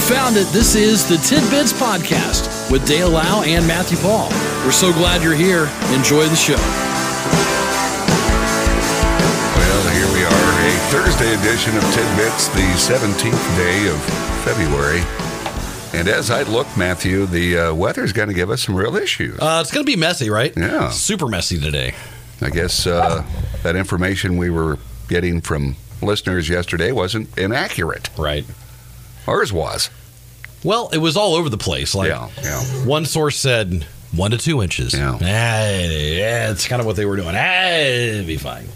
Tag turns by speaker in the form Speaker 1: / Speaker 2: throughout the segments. Speaker 1: found it. This is the Tidbits Podcast with Dale Lau and Matthew Paul. We're so glad you're here. Enjoy the show.
Speaker 2: Well, here we are, a Thursday edition of Tidbits, the 17th day of February. And as I look, Matthew, the uh, weather's going to give us some real issues.
Speaker 1: Uh, it's going to be messy, right?
Speaker 2: Yeah.
Speaker 1: Super messy today.
Speaker 2: I guess uh, that information we were getting from listeners yesterday wasn't inaccurate.
Speaker 1: Right.
Speaker 2: Ours was.
Speaker 1: Well, it was all over the place. Like
Speaker 2: Yeah, yeah.
Speaker 1: one source said one to two inches.
Speaker 2: Yeah.
Speaker 1: Ah, yeah, it's kind of what they were doing. Ah, it'd be fine.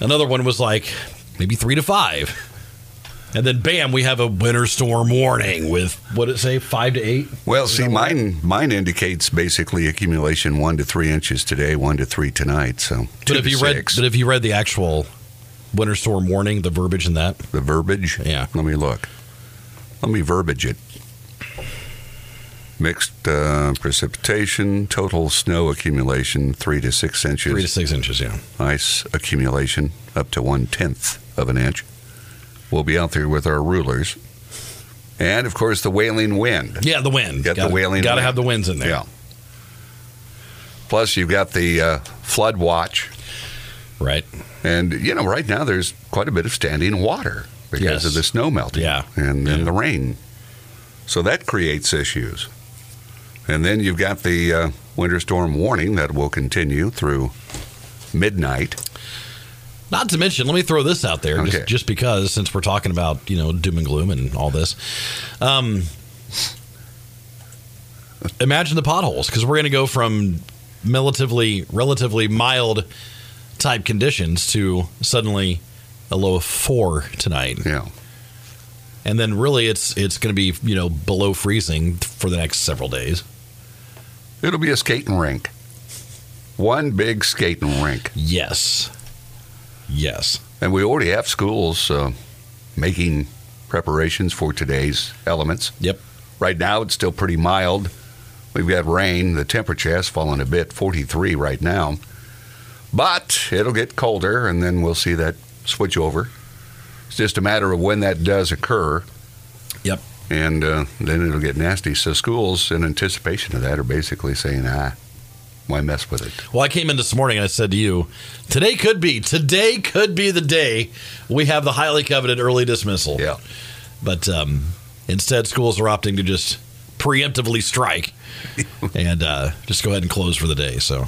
Speaker 1: Another one was like maybe three to five. And then bam, we have a winter storm warning with what did it say, five to eight?
Speaker 2: Well, see, mine mine indicates basically accumulation one to three inches today, one to three tonight. So, two
Speaker 1: But if
Speaker 2: to
Speaker 1: you read
Speaker 2: six.
Speaker 1: but if you read the actual winter storm warning, the verbiage in that.
Speaker 2: the verbiage.
Speaker 1: Yeah.
Speaker 2: Let me look. Let me verbiage it. Mixed uh, precipitation, total snow accumulation three to six inches,
Speaker 1: Three to six inches, yeah.
Speaker 2: ice accumulation up to one tenth of an inch. We'll be out there with our rulers, and of course the wailing wind.
Speaker 1: Yeah, the wind.
Speaker 2: Got the wailing
Speaker 1: Gotta
Speaker 2: wind.
Speaker 1: have the winds in there.
Speaker 2: Yeah. Plus, you've got the uh, flood watch.
Speaker 1: Right.
Speaker 2: And you know, right now there's quite a bit of standing water because
Speaker 1: Yes.
Speaker 2: of the snow melting,
Speaker 1: Yeah.
Speaker 2: and then
Speaker 1: Yeah.
Speaker 2: the rain. So that creates issues. And then you've got the uh, winter storm warning that will continue through midnight.
Speaker 1: Not to mention, let me throw this out there
Speaker 2: Okay.
Speaker 1: just, just because, since we're talking about you know doom and gloom and all this. Um, imagine the potholes because we're going to go from relatively relatively mild type conditions to suddenly a low of four tonight,
Speaker 2: Yeah,
Speaker 1: and then really it's it's going to be you know below freezing for the next several days.
Speaker 2: it'll be a skating rink, one big skating rink,
Speaker 1: Yes, yes,
Speaker 2: and we already have schools uh, making preparations for today's elements.
Speaker 1: yep,
Speaker 2: Right now, it's still pretty mild. We've got rain. The temperature has fallen a bit, 43 right now. But it'll get colder, and then we'll see that switch over. It's just a matter of when that does occur.
Speaker 1: Yep.
Speaker 2: And uh, then it'll get nasty. So schools, in anticipation of that, are basically saying, ah, why mess with it?
Speaker 1: Well, I came in this morning and I said to you, today could be, today could be the day we have the highly coveted early dismissal.
Speaker 2: Yeah.
Speaker 1: But um, instead, schools are opting to just preemptively strike and uh, just go ahead and close for the day. So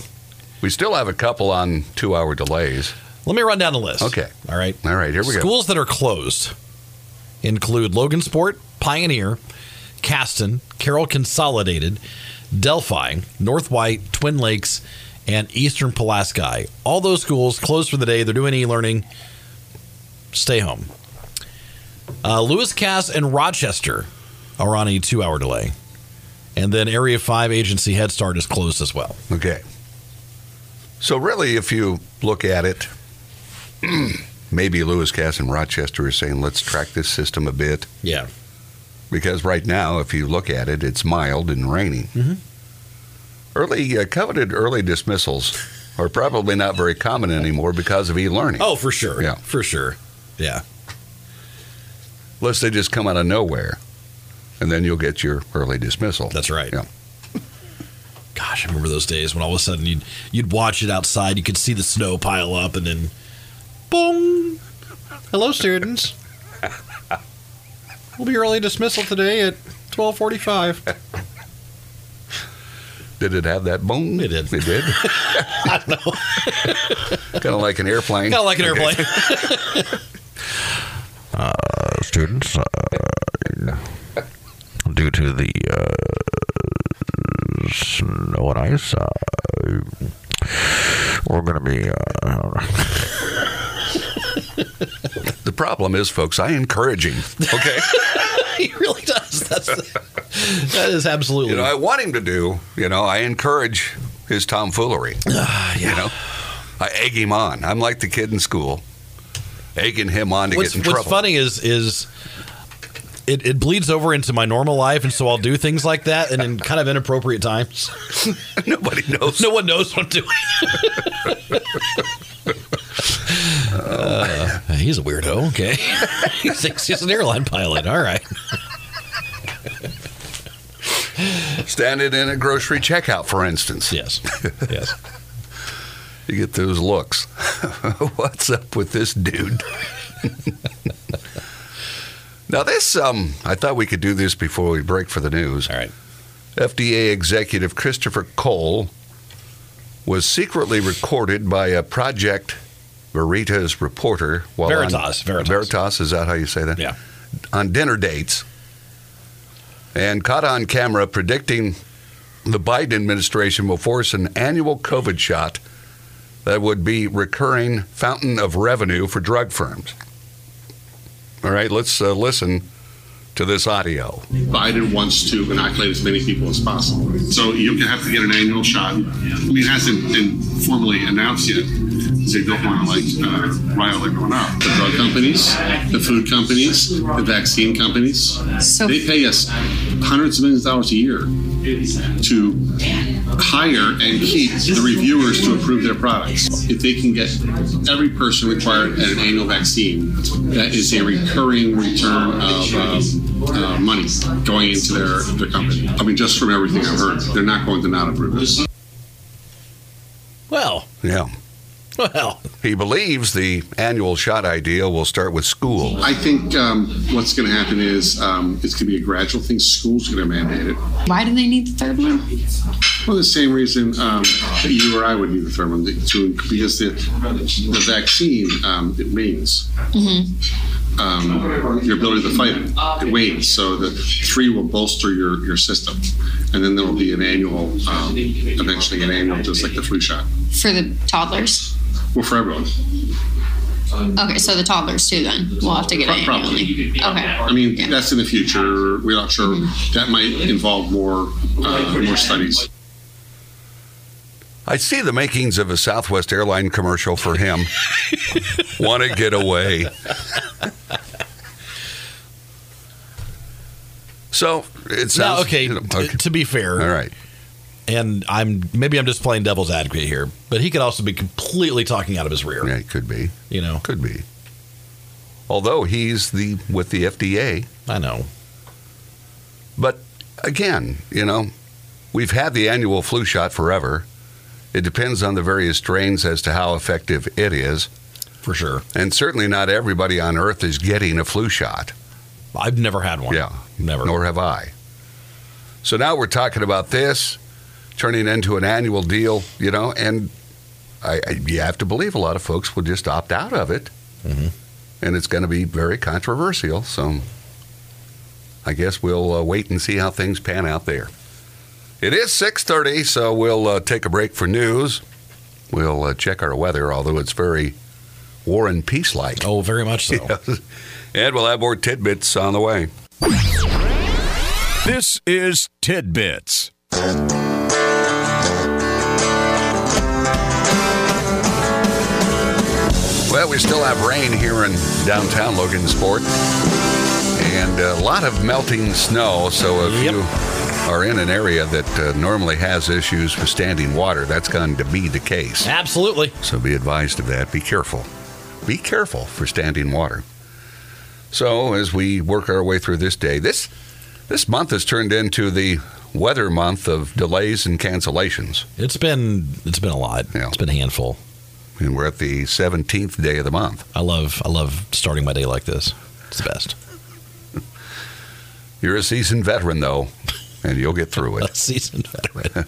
Speaker 2: We still have a couple on two hour delays.
Speaker 1: let me run down the list.
Speaker 2: Okay.
Speaker 1: All right.
Speaker 2: All right, here we go.
Speaker 1: Schools that are closed include Logan Sport, Pioneer, Caston, Carroll Consolidated, Delphi, North White, Twin Lakes, and Eastern Pulaski. All those schools closed for the day. They're doing e-learning. Stay home. Uh, Lewis Cass and Rochester are on a two-hour delay, and then Area Five Agency Head Start is closed as well.
Speaker 2: Okay. So really, if you look at it, maybe Lewis Cass and Rochester are saying, let's track this system a bit.
Speaker 1: Yeah.
Speaker 2: because right now, if you look at it, it's mild and rainy.
Speaker 1: Mhm.
Speaker 2: Early uh, coveted early dismissals are probably not very common anymore because of e-learning,
Speaker 1: Oh, for sure.
Speaker 2: Yeah.
Speaker 1: For sure. Yeah.
Speaker 2: unless they just come out of nowhere, and then you'll get your early dismissal.
Speaker 1: That's right.
Speaker 2: Yeah.
Speaker 1: Gosh, I remember those days when all of a sudden you'd you'd watch it outside, you could see the snow pile up, and then, boom! Hello, students. We'll be early dismissal today at twelve forty-five.
Speaker 2: Did it have that bone?
Speaker 1: It did.
Speaker 2: It did.
Speaker 1: I don't know,
Speaker 2: kind of like an airplane.
Speaker 1: kind of like an
Speaker 2: Okay.
Speaker 1: airplane.
Speaker 3: students, uh, due to the uh, snow and ice, uh, we're going to be. Uh,
Speaker 2: The problem is, folks, I encourage him. Okay,
Speaker 1: he really does. That's that is absolutely.
Speaker 2: you know, I want him to do. You know, I encourage his tomfoolery.
Speaker 1: Ah, yeah.
Speaker 2: You know, I egg him on. I'm like the kid in school, egging him on to
Speaker 1: what's,
Speaker 2: get in
Speaker 1: what's
Speaker 2: trouble.
Speaker 1: funny is is it, it bleeds over into my normal life, and so I'll do things like that, and in kind of inappropriate times.
Speaker 2: Nobody knows.
Speaker 1: No one knows what I'm doing. Uh, he's a weirdo. Okay, he thinks he's an airline pilot. All right.
Speaker 2: Standing in a grocery checkout, for instance.
Speaker 1: Yes. Yes.
Speaker 2: You get those looks. What's up with this dude? now this um I thought we could do this before we break for the news.
Speaker 1: All right.
Speaker 2: FDA executive Christopher Cole was secretly recorded by a project Veritas reporter while on-
Speaker 1: Veritas, Veritas.
Speaker 2: Veritas is that how you say that?
Speaker 1: Yeah.
Speaker 2: on dinner dates and caught on camera predicting the Biden administration will force an annual COVID shot that would be recurring fountain of revenue for drug firms. All right, let's uh, listen to this audio.
Speaker 4: Biden wants to inoculate as many people as possible. So you can have to get an annual shot. I mean, it hasn't been formally announced yet. 'cause They don't want to like uh, rile everyone up. The drug companies, the food companies, the vaccine companies,
Speaker 5: So-
Speaker 4: they pay us hundreds of millions of dollars a year to hire and keep the reviewers to approve their products. If they can get every person required at an annual vaccine, that is a recurring return of um, uh, money going into their, their company. I mean, just from everything I've heard, they're not going to not approve this.
Speaker 1: Well,
Speaker 2: Yeah.
Speaker 1: well.
Speaker 2: He believes the annual shot idea will start with schools.
Speaker 4: I think um, what's going to happen is um, it's going to be a gradual thing. Schools are going to mandate it.
Speaker 5: Why do they need the third one?
Speaker 4: Well, the same reason um, that you or I would need the third one to because the, the vaccine um, it wanes. Um, your ability to fight it, it wanes. So the three will bolster your, your system, and then there will be an annual, um, eventually an annual, just like the flu shot.
Speaker 5: For the toddlers?
Speaker 4: Well, for everyone.
Speaker 5: Okay, so the toddlers too then. We'll have to get it annually. Okay.
Speaker 4: I mean, that's in the future. We're not sure. That might involve more uh, more studies.
Speaker 2: I see the makings of a Southwest airline commercial for him. Want to get away. So it sounds
Speaker 1: no, okay.
Speaker 2: you know,
Speaker 1: t- to be fair,
Speaker 2: All right.
Speaker 1: and I'm maybe I'm just playing devil's advocate here, but he could also be completely talking out of his rear.
Speaker 2: Yeah, it could be.
Speaker 1: You know,
Speaker 2: Could be. Although he's the with the FDA,
Speaker 1: I know.
Speaker 2: but again, you know, we've had the annual flu shot forever. It depends on the various strains as to how effective it is,
Speaker 1: For sure.
Speaker 2: and certainly not everybody on earth is getting a flu shot.
Speaker 1: I've never had one.
Speaker 2: Yeah.
Speaker 1: Never.
Speaker 2: Nor have I. So now we're talking about this turning into an annual deal, you know, and I, I, you have to believe a lot of folks will just opt out of it.
Speaker 1: Mhm.
Speaker 2: And it's going to be very controversial. So I guess we'll uh, wait and see how things pan out there. It is 6:30, so we'll uh, take a break for news. We'll uh, check our weather, although it's very war and peace like.
Speaker 1: Oh, very much so.
Speaker 2: And we'll have more tidbits on the way.
Speaker 6: This is Tidbits.
Speaker 2: Well, we still have rain here in downtown Logansport and a lot of melting snow. So if
Speaker 1: Yep.
Speaker 2: you are in an area that uh, normally has issues with standing water, that's going to be the case.
Speaker 1: Absolutely.
Speaker 2: So be advised of that. Be careful. Be careful for standing water. So as we work our way through this day, this this month has turned into the weather month of delays and cancellations,
Speaker 1: It's been it's been a lot.
Speaker 2: Yeah.
Speaker 1: It's been a handful.
Speaker 2: and we're at the 17th day of the month.
Speaker 1: I love I love starting my day like this. It's the best.
Speaker 2: You're a seasoned veteran, though, and you'll get through
Speaker 1: A
Speaker 2: it.
Speaker 1: seasoned veteran.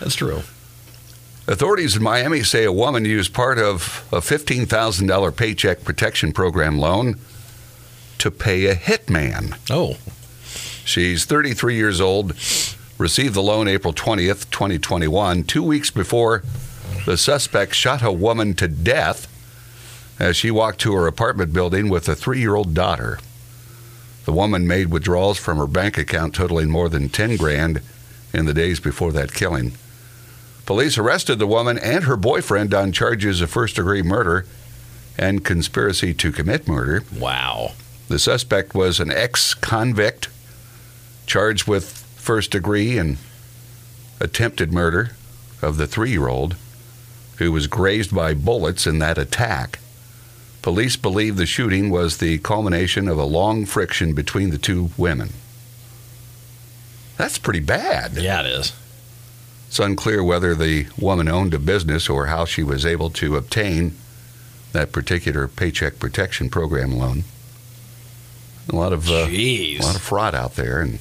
Speaker 1: That's true.
Speaker 2: Authorities in Miami say a woman used part of a $15,000 paycheck protection program loan to pay a hitman.
Speaker 1: Oh,
Speaker 2: She's 33 years old, received the loan April 20th, 2021, two weeks before the suspect shot a woman to death as she walked to her apartment building with a three year old daughter. The woman made withdrawals from her bank account totaling more than 10 grand in the days before that killing. Police arrested the woman and her boyfriend on charges of first degree murder and conspiracy to commit murder.
Speaker 1: wow.
Speaker 2: The suspect was an ex convict charged with first degree and attempted murder of the three year old who was grazed by bullets in that attack. Police believe the shooting was the culmination of a long friction between the two women. That's pretty bad.
Speaker 1: Yeah, it is.
Speaker 2: It's unclear whether the woman owned a business or how she was able to obtain that particular Paycheck Protection Program loan. A lot of uh,
Speaker 1: Jeez.
Speaker 2: a lot of fraud out there, and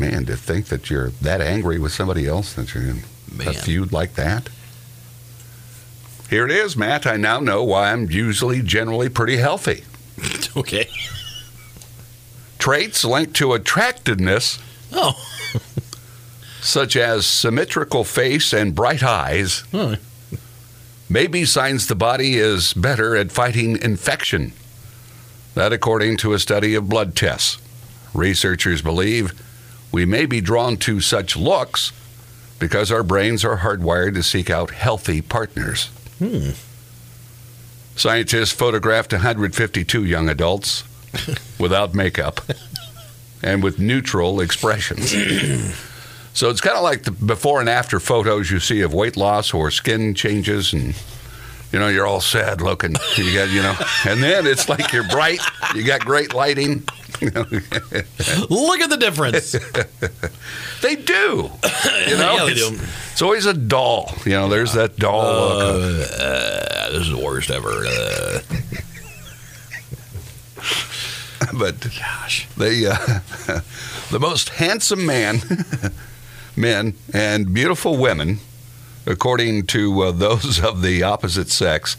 Speaker 2: man, to think that you're that angry with somebody else that you're in a
Speaker 1: Man.
Speaker 2: feud like that. Here it is, Matt. I now know why I'm usually generally pretty healthy.
Speaker 1: okay.
Speaker 2: Traits linked to attractiveness
Speaker 1: Oh,
Speaker 2: such as symmetrical face and bright eyes,
Speaker 1: Hmm.
Speaker 2: maybe signs the body is better at fighting infection. That, according to a study of blood tests, researchers believe we may be drawn to such looks because our brains are hardwired to seek out healthy partners.
Speaker 1: Hmm.
Speaker 2: Scientists photographed 152 young adults without makeup and with neutral expressions. So it's kind of like the before and after photos you see of weight loss or skin changes, and you know you're all sad looking. You got you know, and then it's like you're bright. You got great lighting. You know,
Speaker 1: look at the difference.
Speaker 2: they do. You know,
Speaker 1: Yeah, they
Speaker 2: it's,
Speaker 1: do.
Speaker 2: it's always a doll. You know, there's that doll look.
Speaker 1: Uh, this is the worst ever. Uh,
Speaker 2: But
Speaker 1: gosh.
Speaker 2: they, uh, the most handsome man, men and beautiful women, according to uh, those of the opposite sex,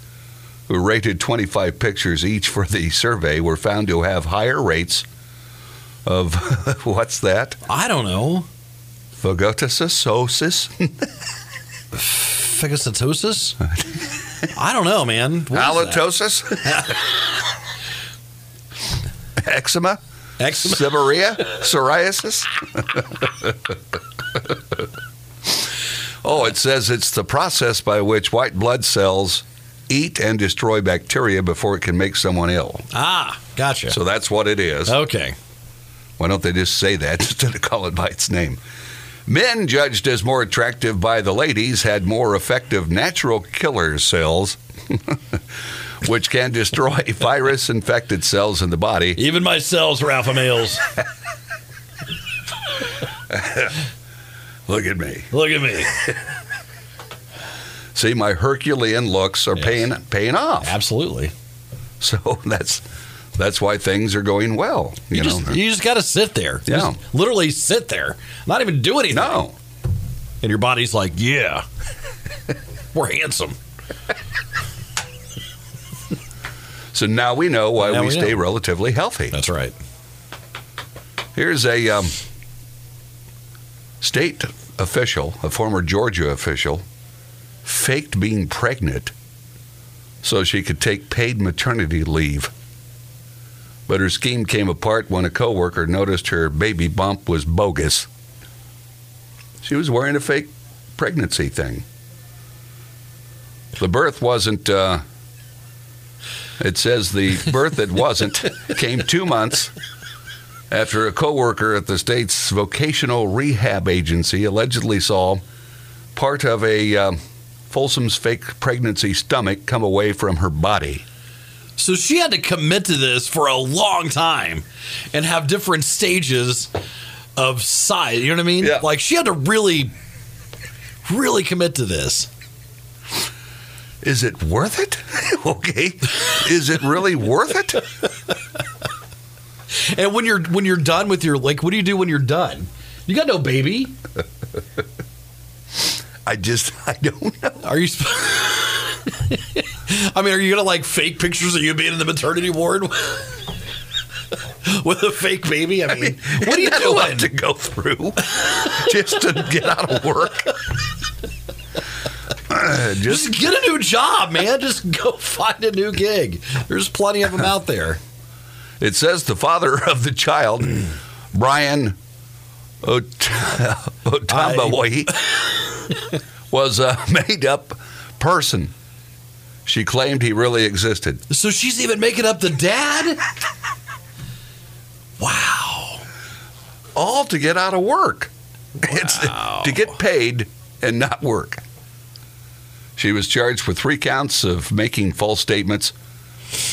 Speaker 2: who rated 25 pictures each for the survey, were found to have higher rates of what's that?
Speaker 1: I don't know.
Speaker 2: Phagocytosis,
Speaker 1: Phagocytosis? I don't know, man. What is that?
Speaker 2: halitosis, eczema,
Speaker 1: Eczema?
Speaker 2: Seborrhea? Psoriasis? oh, it says it's the process by which white blood cells eat and destroy bacteria before it can make someone ill.
Speaker 1: Ah, gotcha.
Speaker 2: So that's what it is.
Speaker 1: okay.
Speaker 2: Why don't they just say that instead of call it by its name? Men judged as more attractive by the ladies had more effective natural killer cells, which can destroy virus infected cells in the body.
Speaker 1: Even my cells were alpha males.
Speaker 2: Look at me.
Speaker 1: Look at me.
Speaker 2: See, my Herculean looks are
Speaker 1: Yes.
Speaker 2: paying paying off.
Speaker 1: Absolutely.
Speaker 2: So that's that's why things are going well. You,
Speaker 1: You,
Speaker 2: know.
Speaker 1: just you just got to sit there.
Speaker 2: Yeah.
Speaker 1: Just literally sit there. Not even do anything.
Speaker 2: no,
Speaker 1: And your body's like, yeah, we're handsome.
Speaker 2: so now we know why
Speaker 1: Now
Speaker 2: we,
Speaker 1: we
Speaker 2: stay
Speaker 1: know.
Speaker 2: relatively healthy.
Speaker 1: That's right.
Speaker 2: Here's a um, state official, a former Georgia official, faked being pregnant so she could take paid maternity leave. But her scheme came apart when a coworker noticed her baby bump was bogus. She was wearing a fake pregnancy thing. The birth wasn't. Uh, it says the birth that wasn't came two months after a coworker at the state's vocational rehab agency allegedly saw part of a um, Folsom's fake pregnancy stomach come away from her body.
Speaker 1: So she had to commit to this for a long time and have different stages of size. You know what I mean?
Speaker 2: Yeah.
Speaker 1: Like she had to really, really commit to this.
Speaker 2: Is it worth it? okay. Is it really worth it?
Speaker 1: And when you're when you're done with your like, what do you do when you're done? You got no baby.
Speaker 2: I just, I don't know.
Speaker 1: Are you? Sp- I mean, are you gonna like fake pictures of you being in the maternity ward with a fake baby? I mean, what are you
Speaker 2: Isn't that a lot
Speaker 1: doing?
Speaker 2: to go through just to get out of work? Uh, just
Speaker 1: Just get a new job, man. Just go find a new gig. There's plenty of them out there.
Speaker 2: It says the father of the child, Brian Ot- Otambawai, was a made up person. She claimed he really existed.
Speaker 1: So she's even making up the dad? Wow.
Speaker 2: All to get out of work. It's to get paid and not work. She was charged with three counts of making false statements,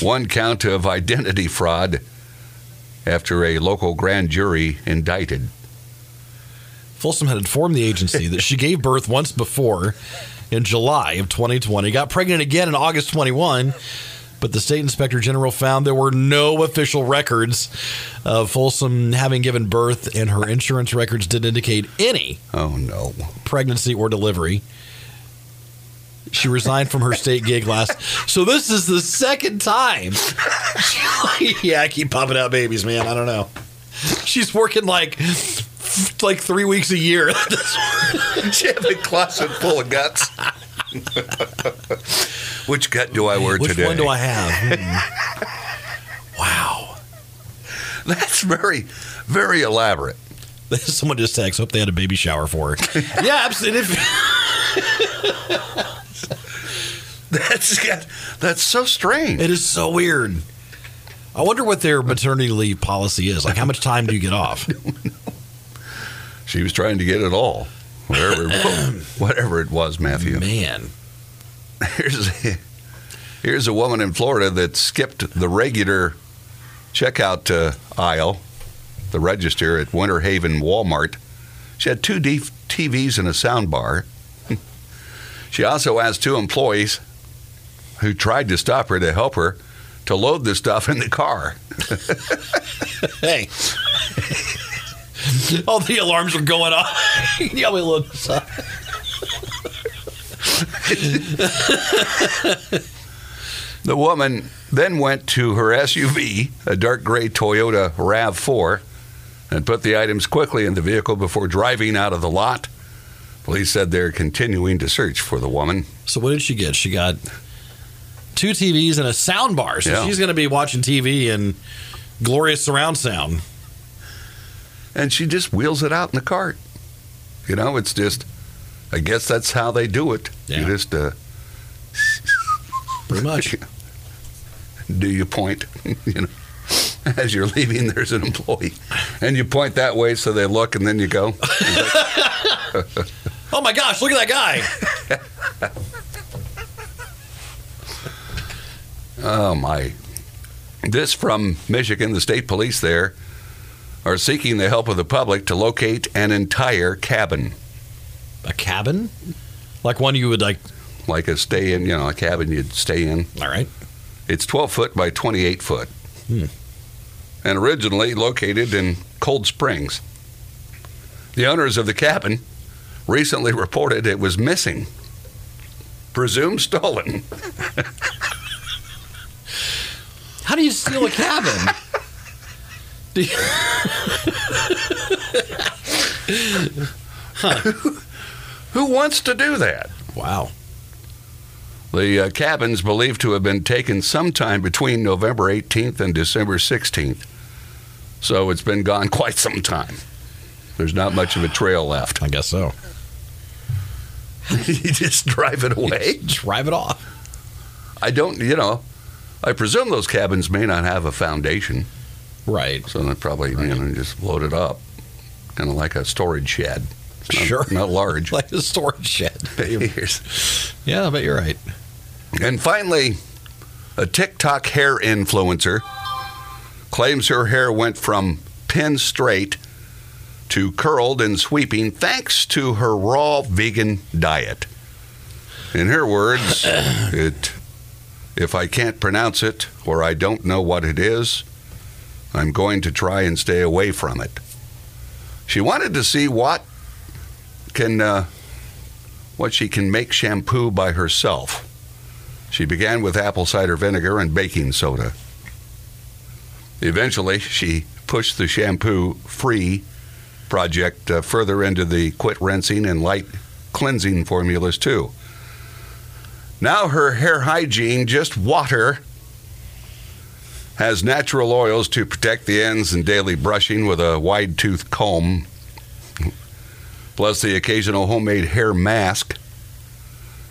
Speaker 2: one count of identity fraud after a local grand jury indicted
Speaker 1: Folsom had informed the agency that she gave birth once before in July of 2020, got pregnant again in August 21, but the state inspector general found there were no official records of Folsom having given birth, and her insurance records didn't indicate any
Speaker 2: Oh no.
Speaker 1: pregnancy or delivery. She resigned from her state gig last. So this is the second time. yeah, I keep popping out babies, man. I don't know. She's working like like three weeks a year.
Speaker 2: She had a closet full of guts. Which gut do I wear
Speaker 1: Which
Speaker 2: today?
Speaker 1: one do I have? Hmm. wow.
Speaker 2: That's very, very elaborate.
Speaker 1: Someone just texted. Hope they had a baby shower for her. yeah, absolutely.
Speaker 2: That's got, that's so strange.
Speaker 1: It is so weird. I wonder what their maternity leave policy is. Like, how much time do you get off?
Speaker 2: She was trying to get it all, whatever, it was- whatever it was, Matthew.
Speaker 1: Man.
Speaker 2: Here's a, here's a woman in Florida that skipped the regular checkout uh, aisle, the register at Winter Haven Walmart. She had two D- TVs and a sound bar. she also asked two employees who tried to stop her to help her to load the stuff in the car.
Speaker 1: Hey. All the alarms are going off. yeah, we look.
Speaker 2: The woman then went to her SUV, a dark gray Toyota RAV4, and put the items quickly in the vehicle before driving out of the lot. Police said they're continuing to search for the woman.
Speaker 1: So what did she get? She got two TVs and a sound bar. So
Speaker 2: Yeah.
Speaker 1: she's going to be watching TV and glorious surround sound.
Speaker 2: And she just wheels it out in the cart. You know, it's just, I guess that's how they do it.
Speaker 1: Yeah.
Speaker 2: You just uh,
Speaker 1: Pretty much.
Speaker 2: do your point, you know. As you're leaving, there's an employee. And you point that way so they look, and then you go.
Speaker 1: Oh my gosh, look at that guy.
Speaker 2: Oh my. This from Michigan, the state police there are seeking the help of the public to locate an entire cabin,
Speaker 1: A cabin? Like one you would like.
Speaker 2: like a stay in, you know, a cabin you'd stay in.
Speaker 1: All right.
Speaker 2: It's 12 foot by 28 foot. And originally located in Cold Springs. The owners of the cabin recently reported it was missing, presumed stolen.
Speaker 1: How do you steal a cabin? Do you-
Speaker 2: Who wants to do that?
Speaker 1: wow.
Speaker 2: The uh, cabins believed to have been taken sometime between November 18th and December 16th. So it's been gone quite some time. There's not much of a trail left.
Speaker 1: I guess so.
Speaker 2: you just drive it away.
Speaker 1: Drive it off.
Speaker 2: I don't, you know, I presume those cabins may not have a foundation,
Speaker 1: Right.
Speaker 2: so they probably, you know, just load it up. Kind of like a storage shed. It's not-
Speaker 1: Sure.
Speaker 2: Not large.
Speaker 1: Like a storage shed.
Speaker 2: Here's-
Speaker 1: Yeah, I bet you're right.
Speaker 2: And finally, a TikTok hair influencer claims her hair went from pin straight to curled and sweeping thanks to her raw vegan diet. In her words, it if I can't pronounce it or I don't know what it is, I'm going to try and stay away from it. She wanted to see what can uh, what she can make shampoo by herself. She began with apple cider vinegar and baking soda. Eventually, she pushed the shampoo free project uh, further into the quit rinsing and light cleansing formulas, too. Now her hair hygiene, just water, has natural oils to protect the ends and daily brushing with a wide tooth comb, plus the occasional homemade hair mask.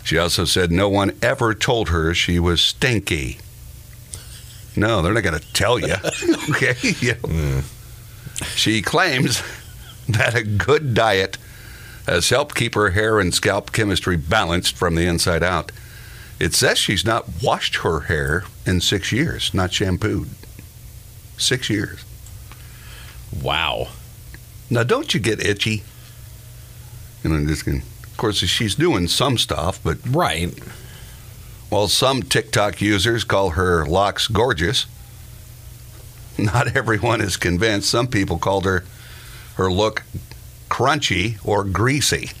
Speaker 2: She also said no one ever told her she was stinky. No, they're not going to tell you. okay. you know. She claims that a good diet has helped keep her hair and scalp chemistry balanced from the inside out. It says she's not washed her hair in six years, not shampooed. Six years.
Speaker 1: Wow.
Speaker 2: Now, don't you get itchy You know, just can, of course, she's doing some stuff, but
Speaker 1: Right.
Speaker 2: while some TikTok users call her locks gorgeous, not everyone is convinced. Some people called her her look crunchy or greasy.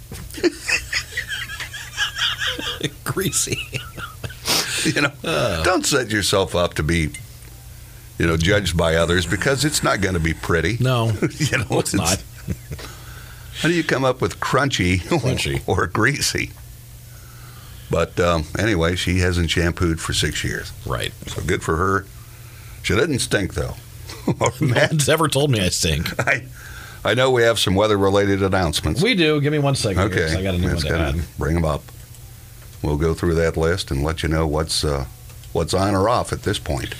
Speaker 1: Greasy.
Speaker 2: You know, don't set yourself up to be, you know, judged by others because it's not going to be pretty.
Speaker 1: No.
Speaker 2: you know,
Speaker 1: it's not.
Speaker 2: How do you come up with crunchy,
Speaker 1: Crunchy.
Speaker 2: or greasy? But um, anyway, she hasn't shampooed for six years,
Speaker 1: Right.
Speaker 2: so good for her. She doesn't stink though. Or Matt,
Speaker 1: It's ever told me I stink.
Speaker 2: I, I know we have some weather-related announcements.
Speaker 1: We do. Give me one second. here, 'cause
Speaker 2: okay,
Speaker 1: I got a new one
Speaker 2: That's
Speaker 1: to
Speaker 2: gonna
Speaker 1: add.
Speaker 2: bring them up. We'll go through that list and let you know what's uh, what's on or off at this point.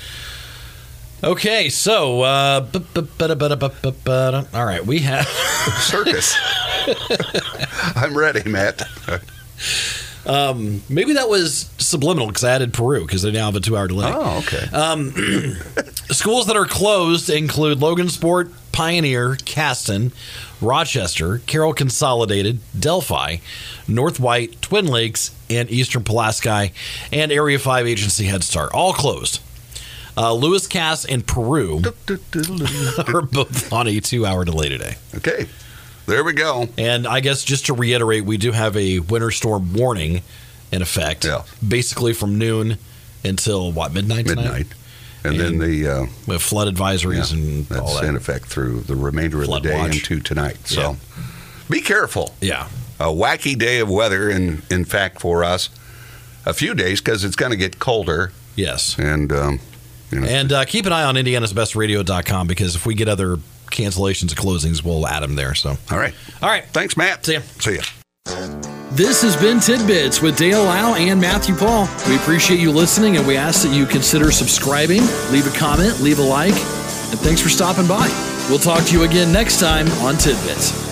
Speaker 1: Okay, so uh, bu- bu- bu- bu- bu- bu- bu- all right, we have
Speaker 2: Circus. I'm ready, Matt.
Speaker 1: um, maybe that was subliminal because I added Peru because they now have a two-hour delay. Um,
Speaker 2: Oh, okay.
Speaker 1: Schools that are closed include Logan Sport, Pioneer, Caston, Rochester, Carroll Consolidated, Delphi, North White, Twin Lakes, and Eastern Pulaski, and Area 5 Agency Head Start. All closed. Uh, Lewis Cass and Peru are both on a two hour delay today.
Speaker 2: okay, there we go.
Speaker 1: And I guess just to reiterate, we do have a winter storm warning in effect.
Speaker 2: Yeah.
Speaker 1: Basically from noon until what, midnight tonight?
Speaker 2: Midnight, and,
Speaker 1: And-
Speaker 2: then the. Uh,
Speaker 1: We have flood advisories
Speaker 2: Yeah,
Speaker 1: and all
Speaker 2: That's
Speaker 1: that.
Speaker 2: in effect through the remainder of the
Speaker 1: Flood
Speaker 2: day
Speaker 1: watch.
Speaker 2: into tonight. So
Speaker 1: Yeah.
Speaker 2: be careful.
Speaker 1: Yeah.
Speaker 2: A wacky day of weather, in, in fact, for us, a few days because it's going to get colder.
Speaker 1: Yes.
Speaker 2: And, um, you know,
Speaker 1: And uh, keep an eye on indianasbestradio.com because if we get other cancellations and closings, we'll add them there. So,
Speaker 2: all right.
Speaker 1: all right.
Speaker 2: Thanks, Matt.
Speaker 1: See ya.
Speaker 2: See ya.
Speaker 1: This has been Tidbits with Dale Lau and Matthew Paul. We appreciate you listening and we ask that you consider subscribing, leave a comment, leave a like, and thanks for stopping by. We'll talk to you again next time on Tidbits.